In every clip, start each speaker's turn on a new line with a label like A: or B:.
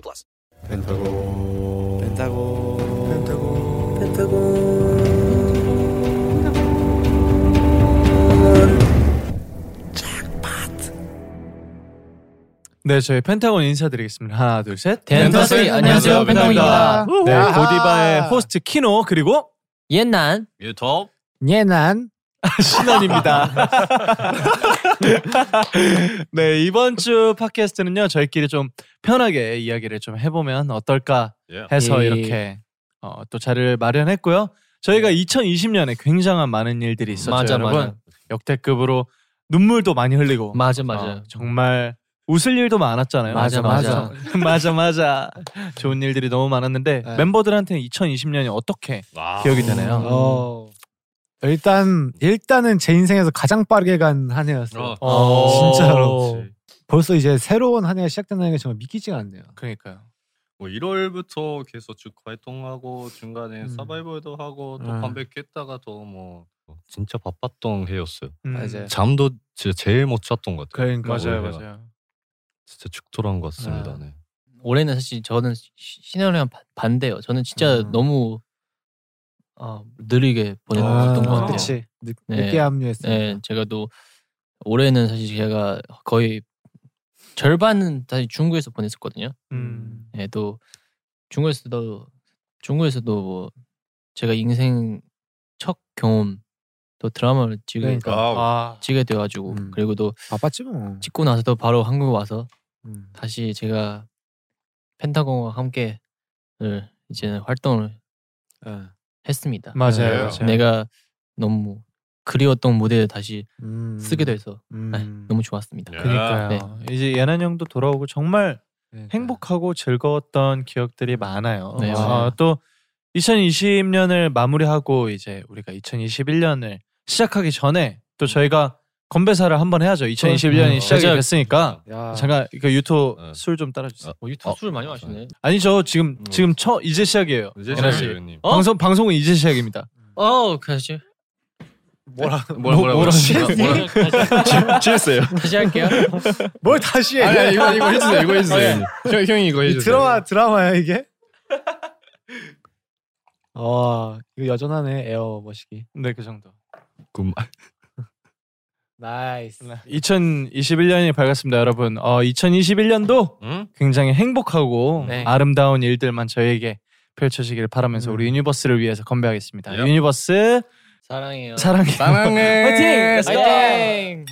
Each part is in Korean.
A: plus.
B: 펜타곤 펜타곤 펜타곤
C: 네, 저희 펜타곤 인사드리겠습니다. 하나, 둘, 셋.
D: 덴터스리 네, 안녕하세요, 펜타곤입니다.
C: 네, 고디바의 호스트 키노 그리고
D: 옛날
E: 유톱
D: 예난
C: 신원입니다. 네, 이번 주 팟캐스트는요. 저희끼리 좀 편하게 이야기를 좀 해보면 어떨까
E: 예.
C: 해서
D: 예.
C: 이렇게 어, 또 자리를 마련했고요. 저희가 2020년에 굉장한 많은 일들이 있었죠,
D: 맞아,
C: 여러분.
D: 맞아.
C: 역대급으로 눈물도 많이 흘리고
D: 맞아 맞아
C: 어, 정말 웃을 일도 많았잖아요.
D: 맞아, 맞아.
C: 맞아 맞아. 좋은 일들이 너무 많았는데
F: 네.
C: 멤버들한테는 2020년이 어떻게
E: 와.
C: 기억이 되나요?
F: 어. 일단 일단은 제 인생에서 가장 빠르게 간 한 해였어요.
E: 어.
C: 어,
F: 진짜로.
C: 그렇지.
F: 벌써 이제 새로운 한 해가 시작된다는 게 정말 믿기지가 않네요.
C: 그러니까요.
E: 뭐 1월부터 계속 쭉 활동하고 중간에
F: 음.
E: 서바이벌도 하고 또
F: 음.
E: 컴백했다가 또 뭐 진짜 바빴던 해였어요.
C: 음,
F: 맞아요.
E: 잠도 진짜 제일 못 잤던 것 같아요.
F: 그러니까
C: 맞아요,
E: 올해가.
C: 맞아요.
E: 진짜 죽 돌아온 것 같습니다.
F: 아.
E: 네.
D: 올해는 사실 저는 신현이랑 바- 반대예요 저는 진짜
F: 음.
D: 너무 아, 느리게
F: 아,
D: 보냈던 것 같아요
F: 그치. 늦,
D: 네.
F: 늦게 합류했어요.
D: 네 제가 또 올해는 사실 제가 거의 절반은 사실 중국에서 보냈었거든요
C: 음.
D: 네, 또 중국에서도 중국에서도 뭐 제가 인생 첫 경험 또 드라마를 찍게
F: 그러니까.
C: 아,
D: 찍게 돼가지고
F: 음.
D: 그리고 또
F: 바빴지 뭐.
D: 찍고 나서도 바로 한국 와서
F: 음.
D: 다시 제가 펜타곤과 함께 늘 이제 활동을
F: 네.
D: 했습니다.
C: 맞아요.
E: 네.
C: 맞아요.
D: 내가 너무 그리웠던 무대를 다시
F: 음.
D: 쓰게 돼서
F: 음.
D: 네, 너무 좋았습니다.
E: 예.
C: 그러니까요. 이제 예난 형도 돌아오고 정말
F: 그러니까.
C: 네. 행복하고 즐거웠던 기억들이 많아요.
D: 네,
C: 어,
D: 맞아요.
C: 또 2020년을 마무리하고 이제 우리가 2021년을 시작하기 전에 또 저희가 건배사를 한번 해야죠. 2021년이
F: 음.
C: 시작이
D: 음. 맞아요. 어,
C: 됐으니까
F: 야.
C: 잠깐 그 유토
E: 네.
C: 술 좀 따라주세요.
D: 유튜브 술 많이 마시네.
C: 아니죠 지금
E: 음.
C: 지금 처 이제 시작이에요.
E: 이제
C: 예나 씨.
E: 시작이님.
D: 어?
C: 방송 방송은 이제 시작입니다.
D: 어, 그렇지.
F: 뭐라
E: 뭐라
D: 어,
E: 뭐라 뭐라 뭐라 취했어요.
D: 다시 할게요.
F: 뭘 다시 해?
E: 아니 아니 이거 이거 해주세요. 이거 해주세요. 형 형이 이거
F: 이
E: 해주세요.
F: 드라마 드라마야 이게? 와 어, 이거 여전하네 에어 머시기.
C: 네 그 정도.
E: 그 말-
F: 나이스.
C: 2021년이 밝았습니다, 여러분. 어 2021년도
E: 응?
C: 굉장히 행복하고
D: 네.
C: 아름다운 일들만 저에게 펼쳐지기를 바라면서
F: 음.
C: 우리 유니버스를 위해서 건배하겠습니다.
E: 예.
C: 유니버스
D: 어, 사랑해요.
C: 사랑해.
E: 사랑해.
D: 파이팅! 파이팅!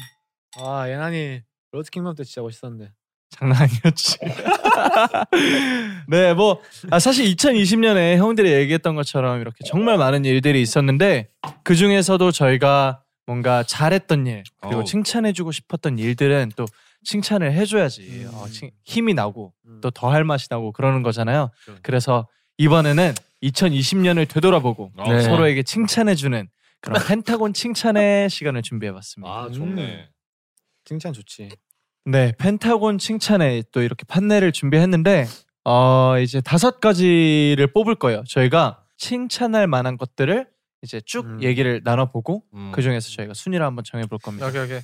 F: 아 예난이 로드킹덤 때 진짜 멋있었는데.
C: 장난 아니었지. 네, 뭐 아, 사실 2020년에 형들이 얘기했던 것처럼 이렇게 정말 많은 일들이 있었는데 그 중에서도 저희가 뭔가 잘했던 일 그리고
E: 어우.
C: 칭찬해주고 싶었던 일들은 또 칭찬을
E: 음.
C: 해줘야지 어, 칭- 힘이 나고 또 더 할 맛이 나고 그러는 거잖아요.
E: 그럼.
C: 그래서 이번에는 2020년을 되돌아보고
E: 어.
D: 네.
C: 서로에게 칭찬해주는 그런 펜타곤 칭찬의 시간을 준비해봤습니다.
E: 아 좋네.
F: 칭찬 좋지.
C: 네, 펜타곤 칭찬에 또 이렇게 판넬을 준비했는데 어, 이제 다섯 가지를 뽑을 거예요. 저희가 칭찬할 만한 것들을 이제 쭉
F: 음.
C: 얘기를 나눠보고
E: 음.
C: 그 중에서 저희가 순위를 한번 정해볼 겁니다.
F: 오케이 오케이.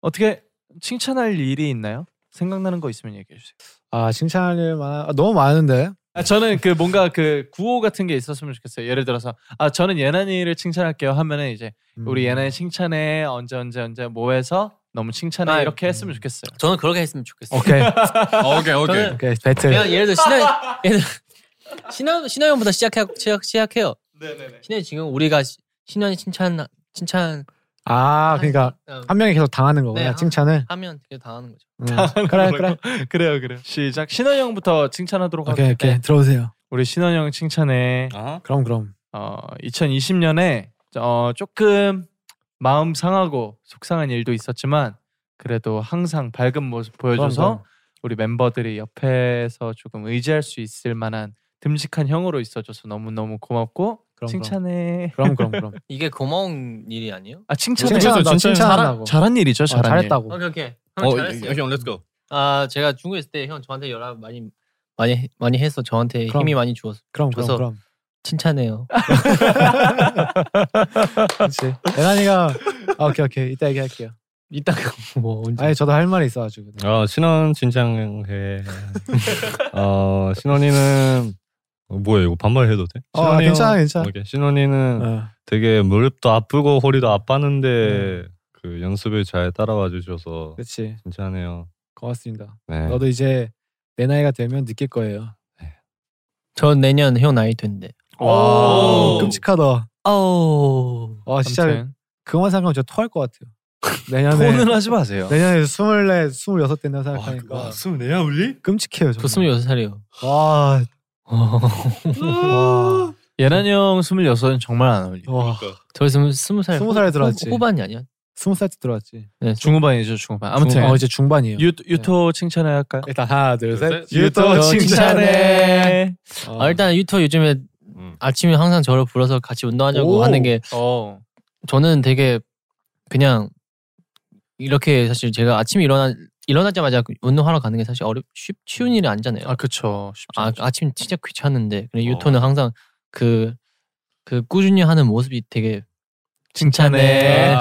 C: 어떻게 칭찬할 일이 있나요? 생각나는 거 있으면 얘기해 주세요.
F: 아 칭찬할 만한 아, 너무 많은데.
C: 아, 저는 그 뭔가 그 구호 같은 게 있었으면 좋겠어요. 예를 들어서 아 저는 예나니를 칭찬할게요 하면은 이제
F: 음.
C: 우리 예나니 칭찬해 언제 언제 언제 뭐해서 너무 칭찬해
D: 아유.
F: 음.
C: 이렇게 했으면 좋겠어요.
D: 저는 그렇게 했으면 좋겠어요.
F: 오케이
E: 어, 오케이 오케이.
C: 네.
D: 저는
F: 오케이 배틀.
D: 그냥 예를 들어 신하 예를 들어 신하 신하 형보다 시작해 시작 시작해요.
C: 네네네.
D: 신혜 지금 우리가 시- 신현이 칭찬 칭찬
F: 아 그러니까 한 명이 계속 당하는 거구나
D: 네, 한-
F: 칭찬을.
D: 하면 되게 당하는 거죠.
F: 음. 그래 그래.
C: 그래요 그래요. 시작. 신원형부터 칭찬하도록
F: 오케이
C: 할게요.
F: 오케이 들어오세요.
C: 우리 신원형 칭찬해.
E: 아하.
F: 그럼 그럼.
C: 어 2020년에 어 조금 마음 상하고 속상한 일도 있었지만 그래도 항상 밝은 모습
F: 그럼,
C: 보여줘서
F: 그럼.
C: 우리 멤버들이 옆에서 조금 의지할 수 있을 만한 듬직한 형으로 있어줘서 너무너무 고맙고
F: 그럼,
C: 칭찬해.
F: 그럼 그럼 그럼.
D: 이게 고마운 일이 아니에요?
C: 아 칭찬해.
F: 칭찬,
C: 칭찬,
F: 나 칭찬하고.
C: 잘한, 잘한 일이죠.
F: 아,
C: 잘한
F: 잘했다고.
D: 오케이 오케이. 형
E: 어,
D: 잘했어요.
E: 형, 렛츠고.
D: 아 제가 중국에 있을 때 형 저한테 연락 많이 많이 해- 많이 해서 저한테
F: 그럼.
D: 힘이 많이 주었어.
F: 그럼 그럼
D: 줘서.
F: 그럼.
D: 칭찬해요.
F: 그렇지. 대란이가 아, 오케이 오케이 이따 얘기할게요.
D: 이따가 뭐 언제?
F: 아니 저도 할 말이 있어가지고. 네.
E: 어, 신원 진장해. 어, 신원이는 어, 뭐야 이거 반말해도 돼?
F: 어,
E: 신원이
F: 괜찮아,
E: 형-
F: 괜찮아.
E: 오케이,
G: 뭐
E: 신원이는
F: 어.
E: 되게 무릎도 아프고 허리도 아팠는데
F: 네.
E: 그 연습을 잘 따라와 주셔서
F: 그렇지.
E: 괜찮네요.
F: 고맙습니다.
E: 네.
F: 너도 이제 내 나이가 되면 느낄 거예요.
D: 저 내년 형 나이 된대.
F: 오,
E: 오.
F: 끔찍하다.
D: 오.
F: 와 진짜 그만 생각하면 진짜 토할 것 같아요. 내년에
C: 폰은 하지 마세요.
F: 내년에 스물네 아, 스물여섯 된다 생각하니까
E: 숨 내야 울리?
F: 끔찍해요. 정말.
D: 저 스물여섯 살이요.
F: 와,
C: 와. 예난 형 26은 정말 안 어울려.
F: 와
E: 그러니까.
D: 저 스무 스무 살.
F: 스무 살에
D: 후-
F: 들어왔지.
D: 후- 후반이 아니야?
F: 스무 살때 들어왔지.
D: 네. 중...
C: 중후반이죠, 중후반. 아무튼 네.
F: 중- 어, 이제 중반이에요.
C: 유, 유토 칭찬해 할까요?
E: 네.
F: 일단 하나 둘
E: 둘,
F: 셋.
E: 셋.
F: 유토 칭찬해. 어.
D: 아, 일단 유튜브 요즘에
E: 음.
D: 아침에 항상 저를 불러서 같이 운동하자고
F: 오.
D: 하는 게
C: 어.
D: 저는 되게 그냥 이렇게 사실 제가 아침에 일어나 일어나자마자 그 운동하러 가는 게 사실 어렵 쉽 쉬운 일이
E: 네.
D: 아니잖아요.
C: 아, 그쵸. 쉽지
D: 아,
C: 않죠.
D: 아침 진짜 귀찮은데 근데
E: 어.
D: 유토는 항상 그 그 꾸준히 하는 모습이 되게
E: 아,
C: 칭찬해.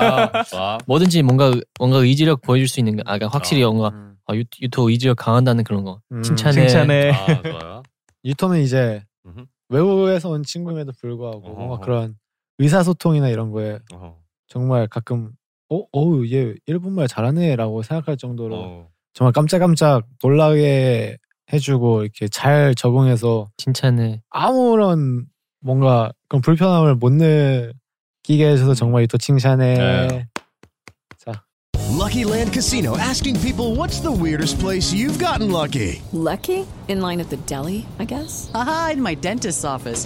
E: 와.
D: 뭐든지 뭔가 뭔가 의지력 보여줄 수 있는 거, 아, 그러니까 확실히
E: 어.
D: 뭔가
C: 음. 아,
D: 아, 유, 유토 의지력 강한다는 그런 거.
F: 음,
D: 칭찬해.
C: 칭찬해.
E: 아, 좋아요.
F: 유토는 이제
E: 음흠.
F: 외국에서 온 친구임에도 불구하고
E: 어허.
F: 뭔가 그런 의사소통이나 이런 거에
E: 어. 얘
F: 정말 가끔 어, 어우 얘 일본말 잘하네라고 생각할 정도로
E: 어.
F: 정말 깜짝깜짝 놀라게 해주고 이렇게 잘 적응해서
D: 칭찬해.
F: 아무런 뭔가 그런 불편함을 못 느끼게
C: 음.
F: 해줘서 정말 유토 칭찬해.
E: 네.
H: Lucky Land Casino asking people what's the weirdest place you've gotten lucky?
I: Lucky? In line at the deli, I guess?
J: Aha, in my dentist's office.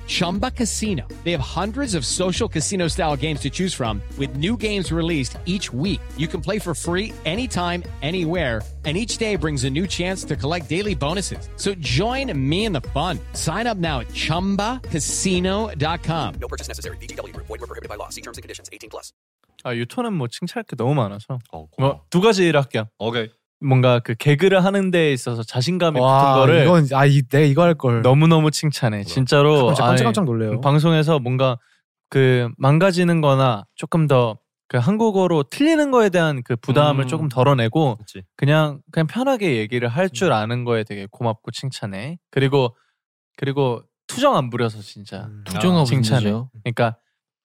K: Chumba Casino. They have hundreds of social casino style games to choose from, with new games released each week. You can play for free anytime, anywhere and each day brings a new chance to collect daily bonuses. So join me in the fun. Sign up now at ChumbaCasino.com.
A: No purchase necessary. VGW Group. Void were prohibited by law. See terms and conditions. 18 plus.
C: 아, 유토는 뭐 칭찬할 게 너무 많아서.
E: 어, 고마워.
C: 뭐, 두 가지를 할게요.
E: 오케이.
C: 뭔가 그 개그를 하는 데 있어서 자신감이
F: 와
C: 붙은 거를
F: 이건 아 이, 내가 이거 할 걸.
C: 너무너무 칭찬해. 진짜로.
F: 깜짝,
C: 아예
F: 깜짝 깜짝 놀래요.
C: 그 방송에서 뭔가 그 망가지는 거나 조금 더 그 한국어로 틀리는 거에 대한 그 부담을
E: 음.
C: 조금 덜어내고
E: 그렇지.
C: 그냥 그냥 편하게 얘기를 할 줄 아는 거에 되게 고맙고 칭찬해. 그리고 그리고 투정 안 부려서 진짜.
F: 음.
D: 부정하고
C: 칭찬해.
D: 칭찬해요.
C: 그러니까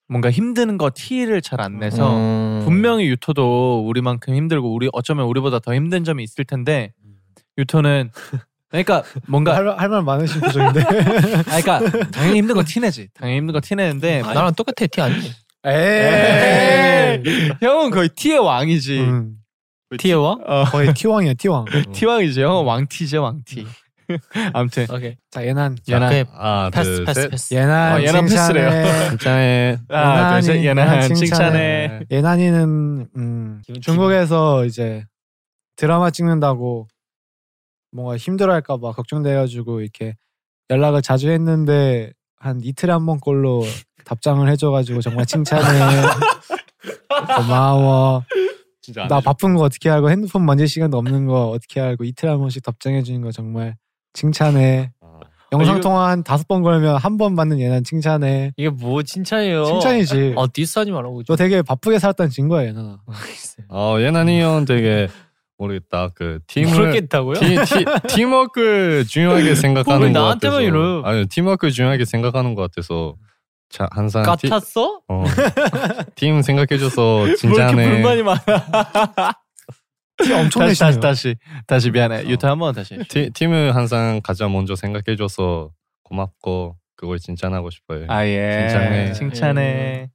C: 뭔가 힘든 거 티를 잘 안 내서
D: 음.
C: 분명히 유토도 우리만큼 힘들고 우리 어쩌면 우리보다 더 힘든 점이 있을 텐데 유토는 그러니까 뭔가
F: 할 말 많으신 표정인데.
C: 아 그러니까 당연히 힘든 거 티내지. 당연히 힘든 거 티내는데
D: 아, 나랑 똑같아 티 아니?
F: 에이.
C: 형은 거의 티의 왕이지.
F: 음,
D: 티에와?
C: 어.
F: 거의 티왕이야 티왕.
C: 티왕이지. 형은 왕티지 왕티. 음. 아무튼
D: 오케이.
F: 자 예난
C: 예나
D: 오케이.
E: 아,
D: 패스
E: 둘,
D: 패스
E: 셋.
D: 패스.
F: 예난
C: 아, 예난
F: 칭찬해.
E: 진짜해.
C: 아, 하나 둘셋
F: 예난이,
C: 예나
F: 예난
C: 칭찬해.
F: 네. 어, 예난이는 음,
D: 기분-
F: 중국에서 이제 드라마 찍는다고 뭔가 힘들어할까봐 걱정돼가지고 이렇게 연락을 자주 했는데 한 이틀에 한 번꼴로 답장을 해줘가지고 정말 칭찬해. 고마워.
E: 진짜
C: 아,
E: 안
F: 나
C: 네.
E: 해줘.
F: 바쁜 거 어떻게 알고 핸드폰 만질 시간도 없는 거 어떻게 알고 이틀에 한 번씩 답장해 주는 거 정말 칭찬해.
E: 아.
F: 영상 통화 한 다섯 번 걸면 한 번 받는 예난 칭찬해.
D: 이게 뭐 칭찬이에요?
F: 칭찬이지.
D: 어 디스하지 말라고.
F: 너 되게 바쁘게 살았다는 증거야 예난아.
E: 어, 예나니 형 되게 모르겠다. 그 팀을
D: 그렇겠다고요?
E: 팀, 팀, 팀워크 중요하게
D: 왜
E: 생각하는 것
D: 나한테만
E: 같아서
D: 이래?
E: 아니 팀워크 중요하게 생각하는 것 같아서 자, 항상
G: 아,
E: 티,
D: 같았어?
E: 어, 팀 생각해줘서
C: 뭐 이렇게
E: 진짜네
C: 불만이 많아.
F: 티 엄청
C: 다시,
F: 내시네요.
C: 다시 다시 다시 미안해. 유타 한번 다시. 해줘.
E: 티, 팀을 항상 가장 먼저 생각해줘서 고맙고 그걸 칭찬하고 싶어요.
C: 아 예.
E: 칭찬해.
C: 칭찬해.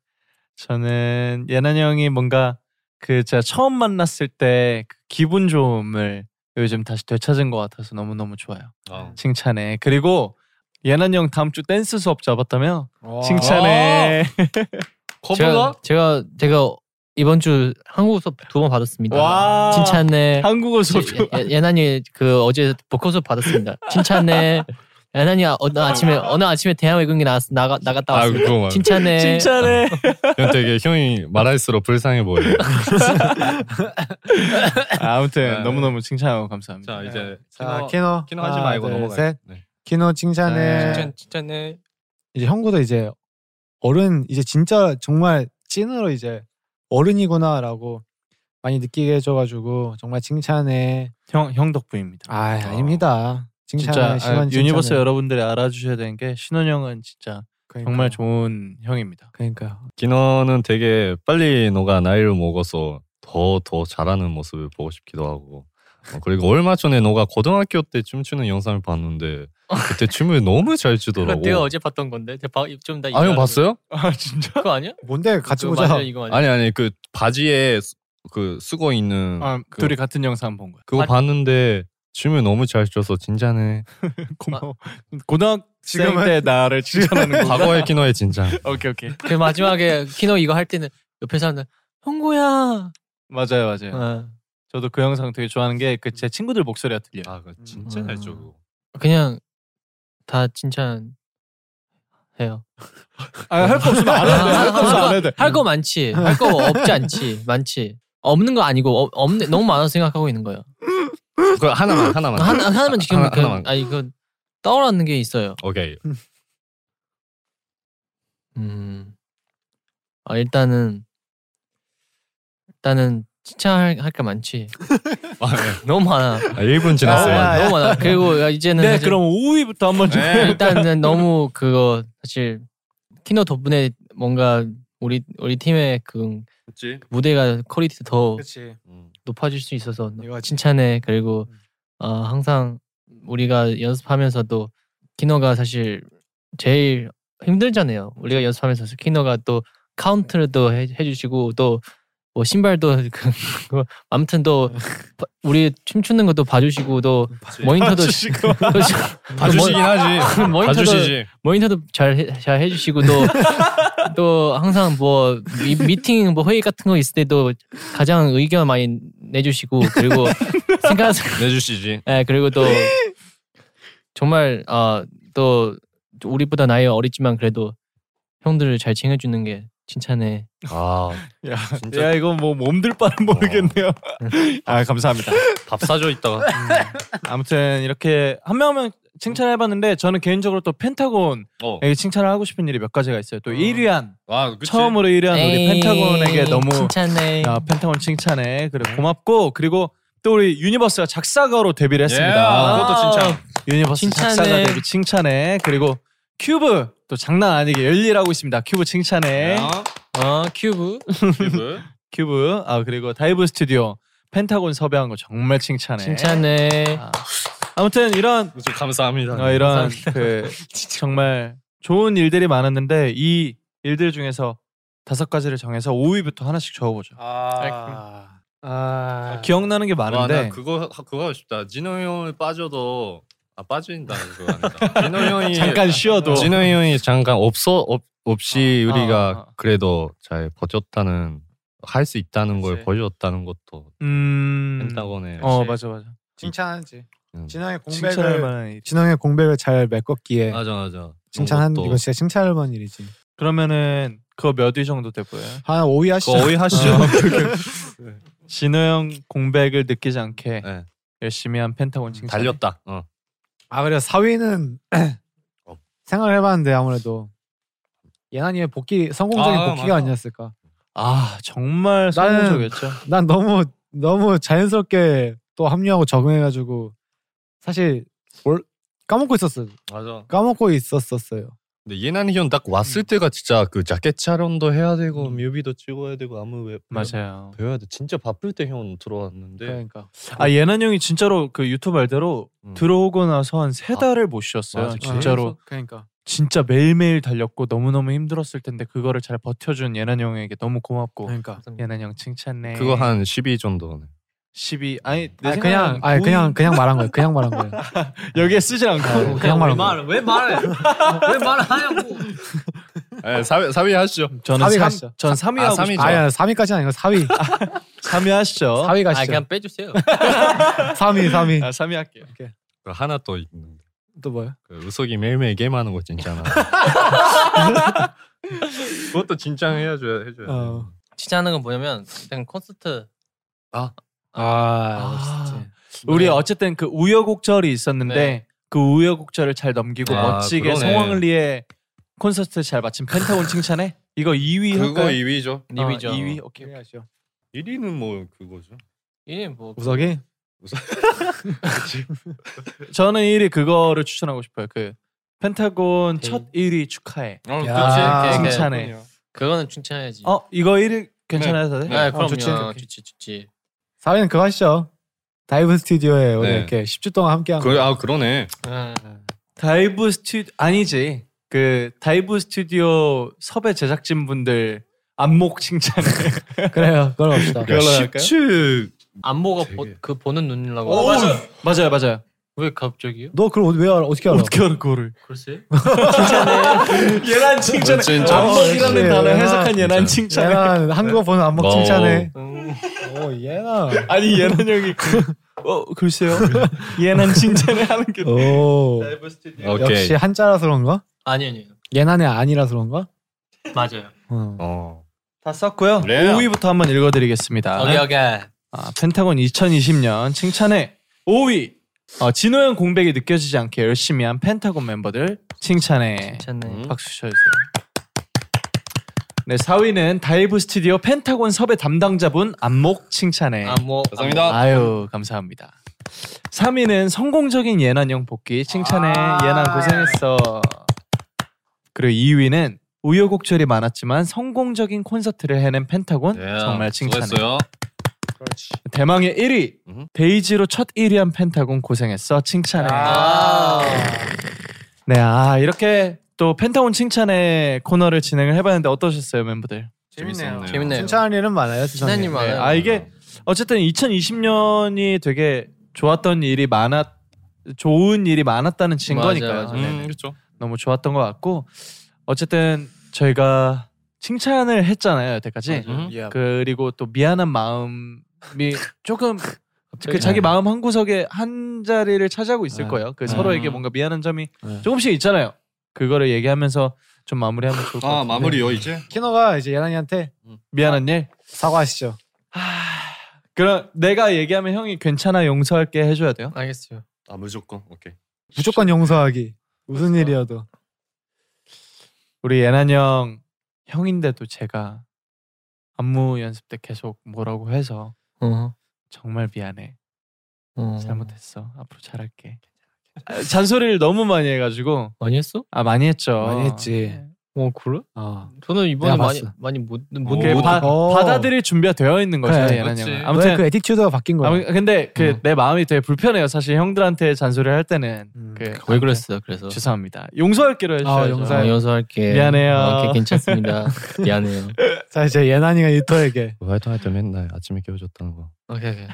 C: 저는 예난 형이 뭔가 그 제가 처음 만났을 때그 기분 좋음을 요즘 다시 되찾은 것 같아서 너무 너무 좋아요.
E: 아.
C: 칭찬해. 그리고 예난 형 다음 주 댄스 수업 잡았다며?
F: 와.
C: 칭찬해.
D: 제가, 제가 제가 이번 주 한국어 수업 두 번 받았습니다.
C: 와.
D: 칭찬해.
C: 한국어 수업
D: 예- 예- 예난이 그 어제 보컬 수업 받았습니다. 칭찬해. 예난이 아- 어느 아침에 어느 아침에 대한 외국인 나갔 나가, 나갔다
E: 아,
D: 왔어요.
E: 그거 말고.
D: 칭찬해.
C: 칭찬해.
E: 그냥 되게 형이 말할수록 불쌍해 보여.
C: 아무튼 너무 너무 칭찬하고 감사합니다.
E: 자 이제
F: 자
E: 키노-
F: 키노
E: 네. 아, 키노 하지
F: 하나,
E: 말고 네.
F: 둘,
E: 넘어가.
F: 셋. 키노
C: 네.
F: 칭찬해.
G: 칭찬 칭찬해.
F: 이제 형구도 이제 어른 이제 진짜 정말 찐으로 이제 어른이구나라고 많이 느끼게 해줘가지고 정말 칭찬해.
C: 형, 형 덕분입니다.
F: 아 아닙니다.
C: 진짜
F: 칭찬해. 신원
C: 아,
F: 칭찬해.
C: 유니버스 여러분들이 알아주셔야 되는 게 신원 형은 진짜 정말 좋은 형입니다.
F: 그러니까
E: 기너는 되게 빨리 너가 나이를 먹어서 더 더 잘하는 모습을 보고 싶기도 하고 어, 그리고 얼마 전에 너가 고등학교 때 춤추는 영상을 봤는데 그때 춤을 너무
G: 뭐.
D: 그거
E: 잘 추더라고.
D: 내가 어제 봤던 건데. 좀더
E: 아 형 봤어요?
C: 아 진짜?
D: 그거 아니야?
F: 뭔데 같이
D: 그거
F: 보자.
D: 맞아요, 이거 맞아요.
E: 아니 아니 그 바지에 수- 그 쓰고 있는
C: 아,
E: 그,
C: 둘이 같은 영상 본 거야.
E: 그거 봤는데 춤을 너무 잘 춰서 진짜네.
C: 아, 고마워. 고등학생
D: 지금은-
C: 때 나를 칭찬하는 거.
E: 과거의 키노의 진짜.
C: 오케이 오케이.
D: 그 마지막에 키노 이거 할 때는 옆에 사람들 홍구야. 어.
C: 맞아요 맞아요. 저도 그 영상 되게 좋아하는 게 그 제 친구들 목소리가 들려.
E: 아 진짜 잘 춰.
D: 그냥 다 칭찬 해요.
C: 아할 거 없으면 안 해도 돼. 할거 없으면 안 해도 돼.
D: 할거 많지. 할 거 없지 않지. 많지. 없는 거 아니고 어, 없네 너무 많아서 생각하고 있는 거예요.
E: 그 하나만 하나만.
C: 아,
D: 하나 하나만 지금
E: 하나,
D: 그,
E: 하나만.
D: 아니 그 떠오르는 게 있어요.
E: 오케이.
D: 음. 아 일단은 일단은 칭찬할 할 게 많지.
C: 네.
D: 너무 많아.
E: 아, 1분 지났어요.
D: 너무 많아, 너무 많아. 그리고 이제는
C: 네
D: 사실-
C: 그럼 5위부터 한번 좀.
D: 네, 일단은 너무 그거 사실 키노 덕분에 뭔가 우리 우리 팀의 그
E: 그치.
D: 무대가 퀄리티 더
F: 그치.
C: 음.
D: 높아질 수 있어서
F: 이거
D: 칭찬해 그리고 어, 항상 우리가 연습하면서도 키노가 사실 제일 힘들잖아요. 우리가 연습하면서 키노가 또 카운트도 해, 해주시고 또 뭐 신발도 그- 그거 아무튼 또
C: 음.
D: 바- 우리 춤추는 것도 봐주시고 또 모니터도
C: 봐주시고.
D: 또 시-
E: 뭐,
C: 봐주시긴
D: 또 모-
E: 아,
C: 하지.
D: 모니터도
C: 봐주시지.
D: 모니터도 뭐 잘잘 해주시고 또 또 항상 뭐 미, 미팅 뭐 회의 같은 거 있을 때도 가장 의견 많이 내주시고 그리고 생각
E: 내주시지.
D: 예 그리고 또 정말 아또 우리보다 나이 어리지만 그래도 형들을 잘 챙겨주는 게 칭찬해
E: 아
C: 야, 야 이거 뭐 몸들 바는 모르겠네요. 아 감사합니다.
E: 밥 사줘 있다가.
C: 아무튼 이렇게 한 명 한 명 칭찬해봤는데 저는 개인적으로 또 펜타곤에게
E: 어.
C: 칭찬을 하고 싶은 일이 몇 가지가 있어요. 또 1위한
E: 아, 그치.
C: 처음으로 1위한 우리
D: 에이,
C: 펜타곤에게 너무
D: 칭찬해.
E: 예.
C: 야, 펜타곤 아, 칭찬해.
E: 네.
C: 그래 고맙고 그리고 또 우리 유니버스가 작사가로 데뷔를 했습니다.
E: 예, 그것도 칭찬.
C: 유니버스
D: 칭찬해.
C: 작사가 데뷔 칭찬해. 그리고 큐브 또 장난 아니게 열일하고 있습니다. 큐브 칭찬해.
E: 아.
D: 어 큐브
C: 큐브 아 그리고 다이브 스튜디오 펜타곤 섭외한 거 정말 칭찬해.
D: 칭찬해
C: 아무튼 이런
E: 좀 감사합니다.
C: 어, 이런 그 정말 좋은 일들이 많았는데 이 일들 중에서 다섯 가지를 정해서 5위부터 하나씩 적어보죠.
E: 아,
F: 아
C: 기억나는 게 많은데
E: 와, 나 그거 그거 하고 싶다. 진호 형이 빠져도 아 빠진다 그거 아니다. 진호 형이
C: 잠깐 쉬어도
E: 진호 형이 잠깐 없어 없, 없이
C: 어,
E: 우리가
C: 어,
E: 그래도 잘 버텼다는 할 수 있다는 걸 보여줬다는 것도
C: 음.
E: 펜타곤의
C: 어 맞아 맞아.
F: 칭찬하지.
E: 음.
F: 진영의
C: 칭찬할
F: 공백을
C: 만한 일.
F: 진영의 공백을 잘 메꿨기에
E: 맞아 맞아.
F: 칭찬한
E: 그런
F: 이거
E: 것도.
F: 진짜 칭찬할 만한 일이지.
C: 그러면은 그거 몇 위 정도 될 거예요? 아,
F: 한 5위 하시죠. 어.
E: 거의 하시죠.
F: 네.
C: 진호 형 공백을 느끼지 않게
E: 네.
C: 열심히 한
F: 음,
C: 펜타곤 칭찬.
E: 달렸다. 어.
F: 아 그래 4위는 생각을 해봤는데 아무래도 예나님의 복귀 성공적인
C: 아,
F: 복귀가
C: 맞아.
F: 아니었을까
C: 아 정말
F: 나는-
C: 성공적이었죠.
F: 난 너무 너무 자연스럽게 또 합류하고 적응해가지고 사실 올- 까먹고 있었어.
E: 맞아.
F: 까먹고 있었었어요.
E: 근데 예난이 형 딱 왔을 때가 진짜 그 자켓 촬영도 해야 되고 뮤비도 찍어야 되고 아무 웹
C: 맞아요.
E: 배워야 돼. 진짜 바쁠 때 형 들어왔는데.
C: 그러니까. 아 예난 형이 진짜로 그 유튜브 말대로 들어오고 나서 한 세 달을 못 쉬었어요.
E: 맞아,
C: 진짜로.
E: 계속,
F: 음. 아. 그러니까.
C: 진짜 매일매일 달렸고 너무너무 힘들었을 텐데 그거를 잘 버텨준 예난 형에게 너무 고맙고.
F: 그러니까.
C: 예난 형 칭찬해.
E: 그거 한 12 정도네.
C: 12 아니, 내
F: 아니,
C: 생각엔
F: 그냥 아니
C: 돈-
F: 그냥 그냥 말한 거예요. 그냥 말한 거예요.
C: 여기에 쓰지 않고
F: 그냥 말한 거예요.
D: 말을 왜 말해? 왜 말하냐고.
E: 네, 3위, 3위 하시죠.
C: 저는
F: 삼위
C: 3,
F: 가시죠.
C: 전 3위
E: 아,
C: 하고
E: 삼위죠.
C: 싶어요.
F: 아야 3위까지 아니고 4위.
C: 3위 하시죠.
F: 4위
D: 아
F: 가시죠.
D: 그냥 빼주세요.
F: 3위 3위.
C: 어? 아, 3위 할게요.
E: 그 하나 또 있는데.
F: 또 뭐요?
E: 그 우석이 매일매일 게임하는 거 진짜 나. 그것도 진짜 해줘야 해줘야. 돼.
F: 어.
D: 진짜하는 건 뭐냐면 일단 콘서트
C: 어, 아, 우리 어쨌든 그 우여곡절이 있었는데
D: 네.
C: 그 우여곡절을 잘 넘기고
E: 아,
C: 멋지게
E: 그러네.
C: 성황리에 콘서트 잘 마친 펜타곤 칭찬해. 이거 2위
E: 그거
C: 할까요?
E: 2위죠.
C: 아,
D: 리뷰죠.
C: 2위 오케이.
E: 1위는 뭐 그거죠.
D: 이게 뭐
F: 우석이
C: 저는 1위 그거를 추천하고 싶어요. 그 펜타곤
D: 오케이.
C: 첫 1위 축하해.
E: 어,
F: 야,
E: 그치.
D: 네.
C: 칭찬해.
D: 그거는 칭찬해야지.
C: 어 이거 1위 괜찮아요 다들?
D: 네,
F: 어,
D: 그럼요.
F: 좋지, 좋지.
D: 좋지, 좋지.
F: 4위는 그거 하시죠. 다이브 스튜디오에 오늘
E: 네.
F: 이렇게 10주 동안 함께 한 거.
E: 그, 아 그러네.
D: 아,
C: 다이브 스튜 아니지 그 다이브 스튜디오 섭외 제작진 분들 안목 칭찬해.
F: 그래요. 그걸 합시다.
C: 그걸로 할까요?
E: 10주
D: 안무가
E: 되게-
D: 보, 그 보는 눈이라고.
C: 오, 맞아요 맞아요.
D: 왜 갑자기요?
F: 너 그걸 왜 알아? 어떻게 알아?
C: 어떻게 하는 그거를?
D: 글쎄.
C: 예란 칭찬해.
E: 진짜.
C: 안목이라는
F: 어,
C: 단어
F: 예란.
C: 해석한 아, 예란
E: 진짜.
C: 칭찬해.
F: 얘는 한국어 보는 안목
E: 어.
F: 칭찬해. 오 얘나.
C: 아니 예란 형이 그, 어 글쎄요. 예난 칭찬해 하는 게.
F: 오
C: 다이브 스튜디오.
E: 오케이.
F: 역시 한자라서 그런가?
D: 아니 아니요.
F: 얘나네 아니라서 그런가?
D: 맞아요.
F: 어.
E: 어.
C: 다 썼고요.
E: 그래요.
C: 5위부터 한번 읽어드리겠습니다.
D: 여기 여기.
C: 아, 펜타곤 2020년 칭찬해 5위. 어, 진호형 공백이 느껴지지 않게 열심히 한 펜타곤 멤버들 칭찬해.
D: 괜찮네.
C: 박수 쳐주세요. 네, 4위는 다이브 스튜디오 펜타곤 섭외 담당자분 안목 칭찬해.
D: 안무.
E: 감사합니다.
C: 아유 감사합니다. 3위는 성공적인 예난형 복귀 칭찬해
F: 아.
C: 예난 고생했어. 그리고 2위는 우여곡절이 많았지만 성공적인 콘서트를 해낸 펜타곤
E: 예,
C: 정말 칭찬해.
E: 수고했어요.
C: 대망의 1위
E: 음.
C: 데이지로 첫 1위한 펜타곤 고생했어 칭찬해.
D: 아.
C: 네, 아 이렇게 또 펜타곤 칭찬해 코너를 진행을 해봤는데 어떠셨어요 멤버들?
E: 재밌네요.
D: 재밌네요.
F: 칭찬할 일은 많아요. 세상에.
D: 신나님
C: 네,
D: 많아요.
C: 아 이게 어쨌든 2020년이 되게 좋았던 일이 많았 좋은 일이 많았다는 증거니까요.
D: 맞아요.
C: 네네.
E: 음, 그렇죠.
C: 너무 좋았던 것 같고 어쨌든 저희가 칭찬을 했잖아요 여태까지
D: 맞아요.
E: 음.
C: 그리고 또 미안한 마음이 조금 그 자기
E: 네.
C: 마음 한 구석에 한 자리를 차지하고 있을
F: 네.
C: 거예요.
F: 네.
C: 그 서로에게 뭔가 미안한 점이
F: 네.
C: 조금씩 있잖아요. 그거를 얘기하면서 좀 마무리하면 좋을 것 같아요.
E: 아 마무리요 이제.
F: 네. 키노가 이제 예나니한테
C: 미안한 일.
F: 사과하시죠.
C: 그럼 내가 얘기하면 형이 괜찮아 용서할게 해줘야 돼요.
D: 알겠어요.
E: 아 무조건 오케이.
F: 무조건 용서하기. 무슨 일이어도.
C: 우리 예난 형 형인데도 제가 안무 연습 때 계속 뭐라고 해서
D: 어.
C: 정말 미안해
D: 어.
C: 잘못했어 앞으로 잘할게 아, 잔소리를 너무 많이 해가지고
D: 많이 했어?
C: 아 많이 했죠 네.
F: 많이 했지.
D: 어 그래? 뭐,
F: 어.
D: 저는 이번에
F: 내가
D: 많이
F: 봤어.
D: 많이 못못
E: 오.
C: 그 바,
F: 오.
C: 받아들일 준비가 되어 있는 거죠
F: 그래,
C: 예난
E: 그렇지.
C: 형은
F: 아무튼
C: 아무튼
F: 그 에티튜드가 바뀐 거야.
C: 아무- 근데 그 내 마음이 되게 불편해요 사실 형들한테 잔소리를 할 때는
F: 음.
C: 그,
D: 왜 그랬어? 그래서
C: 죄송합니다 아, 용서할기로 해주셔야죠 네.
F: 용서할-
D: 어, 연수할게. 어,
C: 미안해요.
D: 오케이, 괜찮습니다. 미안해요.
F: 자 이제 예나니가 유토에게
E: 활동할 때 어, 맨날 아침에 깨워줬다는 거.
D: 오케이 오케이.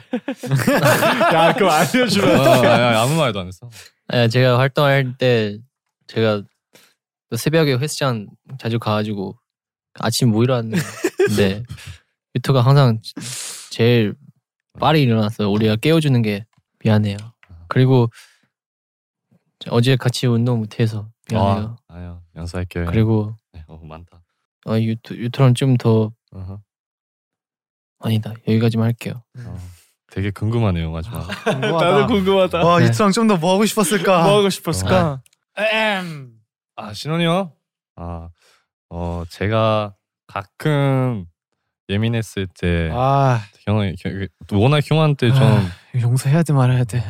C: 야 그럼 알려주면
E: 아, 아무 말도 안 했어.
D: 아, 제가 활동할 때 제가 또 새벽에 헬스장 자주 가가지고 아침 못 일어났는데 유토가 항상 제일 빨리 일어났어요. 우리가 깨워주는 게 미안해요. 그리고 어제 같이 운동 못해서 미안해요.
E: 아, 아니요. 연사할게요.
D: 그리고
E: 네, 어, 많다.
D: 어, 유토 유토랑 좀 더
E: 어허.
D: 아니다 여기까지만 할게요.
E: 어, 되게 궁금하네요 마지막.
C: 나도
F: 궁금하다.
C: 궁금하다
F: 와
D: 네.
F: 이트랑 좀 더 뭐 하고 싶었을까?
C: 뭐 하고 싶었을까
F: 엠.
E: 아 신원이요? 아, 어 제가 가끔 예민했을 때
F: 아
E: 형이 형- 워낙 형한테 좀
F: 아. 용서해야 돼 말아야 돼.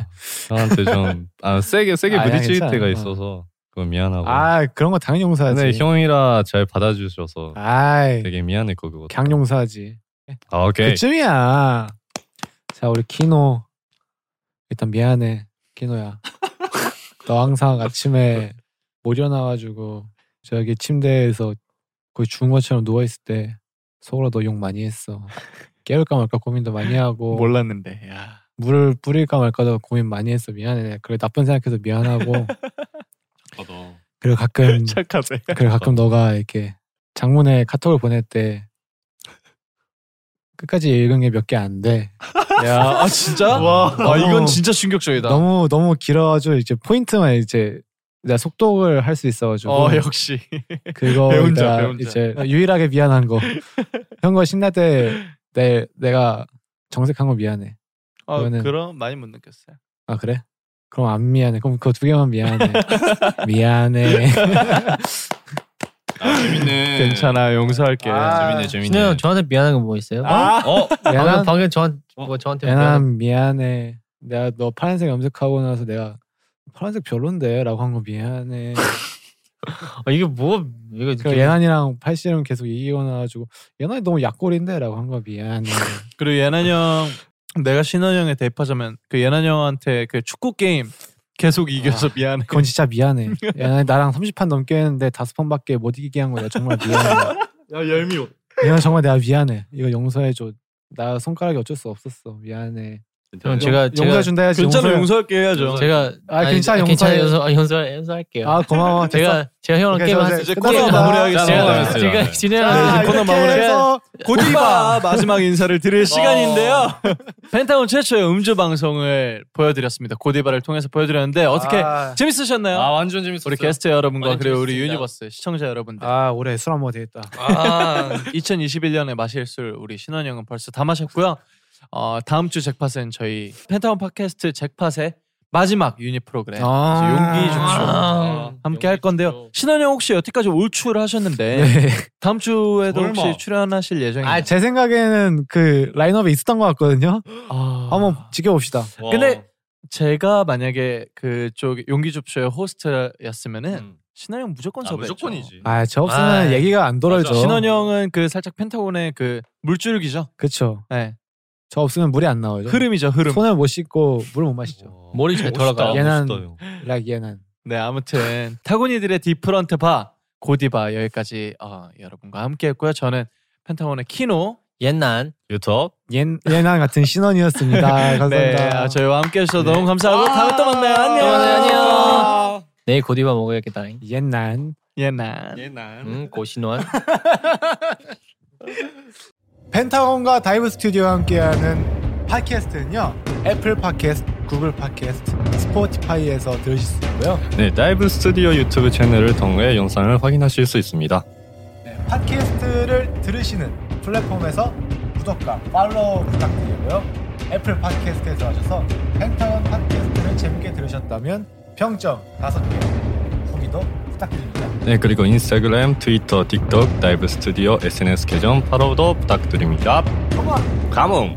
E: 형한테 좀 아, 세게 세게
F: 아,
E: 부딪힐
F: 괜찮아.
E: 때가
F: 어.
E: 있어서 그건 미안하고.
F: 아 그런 거 당연히 용서하지.
E: 근데 네, 형이라 네, 잘 받아주셔서
F: 아이
E: 되게 미안했고 그거.
F: 강 용서하지.
E: 아, 오케이.
F: 그쯤이야. 자 우리 키노 일단 미안해 키노야. 너 항상 아침에 모려 나와가지고 저기 침대에서 거의 죽은 것처럼 누워 있을 때 속으로 너 욕 많이 했어. 깨울까 말까 고민도 많이 하고
C: 몰랐는데. 야.
F: 물을 뿌릴까 말까도 고민 많이 했어 미안해. 그래 나쁜 생각해서 미안하고 그리고 가끔
C: 착하세.
F: 그리고 가끔 너가 이렇게 장문에 카톡을 보낼 때 끝까지 읽은 게 몇 개 안 돼.
C: 야, 아 진짜? 와, 아, 이건 진짜 충격적이다.
F: 너무 너무 길어가지고 이제 포인트만 이제 내가 속독을 할 수 있어가지고
C: 어 역시.
F: 그거
C: 배운 자,
F: 내가
C: 배운 자.
F: 이제 유일하게 미안한 거 형거 신날 때내 내가 정색한 거 미안해.
C: 어,
F: 이거는-
C: 그럼 많이 못 느꼈어요.
F: 아 그래? 그럼 안 미안해. 그럼 그거 두 개만 미안해. 미안해.
E: 아, 재밌네.
C: 괜찮아, 용서할게.
D: 신호
E: 재밌네, 재밌네.
D: 형 저한테 미안한 건 뭐 있어요?
C: 아,
E: 어?
F: 애나
D: 방금 방금 저한 뭐 저한테 미안한
F: 애나 미안해. 내가 너 파란색 염색하고 나서 내가 파란색 별론데라고 한 거 미안해.
D: 아, 이게 뭐 이거
F: 그 예난이랑 팔씨름 계속 이기고 나가지고 예난이 너무 약골인데라고 한 거 미안해.
C: 그리고 예난 형 내가 신원 형에 대입하자면 그 예난 형한테 그 축구 게임 계속 이겨서 미안해.
F: 그건 진짜 미안해. 예난이 나랑 30판 넘게 했는데 다섯 판밖에 못 이기게 한 거야. 정말 미안해.
C: 야 열미워.
F: 예난 정말 내가 미안해. 이거 용서해 줘. 나 손가락이 어쩔 수 없었어. 미안해.
D: 형 제가
F: 용서해
D: 제가
F: 준다 해야지.
C: 괜찮아
F: 용서해.
C: 용서할게 해야죠.
D: 제가
F: 아, 괜찮아, 용서해.
D: 용서 아, 용서 용서할게요.
F: 아 고마워. 됐어.
D: 제가 제가 형랑
F: 오케이,
D: 게임
F: 저
D: 한
C: 이제
F: 끝나서
C: 코너
F: 봐.
E: 짠하다.
C: 마무리하겠습니다.
E: 됐어요.
D: 제가
F: 자,
D: 진행하는
C: 코너
F: 이렇게
C: 마무리.
F: 해서
C: 고디바 아, 마지막 인사를 드릴 시간인데요. 펜타곤 최초의 음주 방송을 보여드렸습니다. 고디바를 통해서 보여드렸는데 어떻게
F: 아,
C: 재밌으셨나요?
E: 아, 완전 재밌었어요.
C: 우리 게스트 여러분과
D: 완전
C: 그리고 우리
D: 재밌습니다.
C: 유니버스 시청자 여러분들
F: 아 올해 술 한 번 되겠다.
C: 아, 2021년에 마실 술 우리 신원형은 벌써 다 마셨고요. 어, 다음 주 잭팟은 저희 펜타곤 팟캐스트 잭팟의 마지막 유닛 프로그램
F: 아.
C: 용기 중쇼
D: 아.
E: 어.
C: 함께 할 건데요. 신원형 혹시 여태까지 올출을 하셨는데 다음 주에도
E: 설마.
C: 혹시 출연하실 예정인가요?
F: 네. 아 제 생각에는 그 라인업에 있었던 것 같거든요.
C: 아.
F: 한번 지켜봅시다.
E: 와.
C: 근데 제가 만약에 그쪽 용기 줍쇼의 호스트였으면은
E: 음.
C: 신원형 무조건
E: 아,
C: 섭외했죠.
E: 무조건이지.
F: 아 저 없으면
C: 아,
F: 얘기가 안 돌아죠.
E: 맞아.
C: 신원형은 그 살짝 펜타곤의 그 물줄기죠.
F: 그쵸.
C: 네.
F: 저 없으면 물이 안 나오죠.
C: 음. 흐름이죠, 흐름.
F: 손을 못 씻고 물 못 마시죠.
E: 와.
D: 머리 잘
E: 멋있다,
D: 돌아가요.
F: 얘는-
E: 멋있다, 형.
F: 락 예난.
C: 네 아무튼 타고니들의 디프런트 바 고디바 여기까지 어, 여러분과 함께했고요. 저는 펜타곤의 키노.
D: 옛날
E: 유튜브.
F: 예, 예난 같은 신원이었습니다. 감사합니다.
C: 네 아, 저희와 함께해주셔서 너무 감사하고 다음에 또 만나요. 안녕. 아.
D: 또 만나요. 안녕. 아, 네, 내일 고디바 먹어야겠다.
F: 옛날
C: 예난.
D: 응 고신원.
F: 펜타곤과 다이브 스튜디오와 함께하는 팟캐스트는요 애플 팟캐스트, 구글 팟캐스트, 스포티파이에서 들으실 수 있고요
E: 네, 다이브 스튜디오 유튜브 채널을 통해 영상을 확인하실 수 있습니다.
F: 네, 팟캐스트를 들으시는 플랫폼에서 구독과 팔로우 부탁드리고요 애플 팟캐스트에서 하셔서 펜타곤 팟캐스트를 재밌게 들으셨다면 평점 5개 후기도 부탁드립니다
E: 네, 그리고 인스타그램, 트위터, 틱톡, 다이브 스튜디오 SNS 계정 팔로우도 부탁드립니다. 가몽.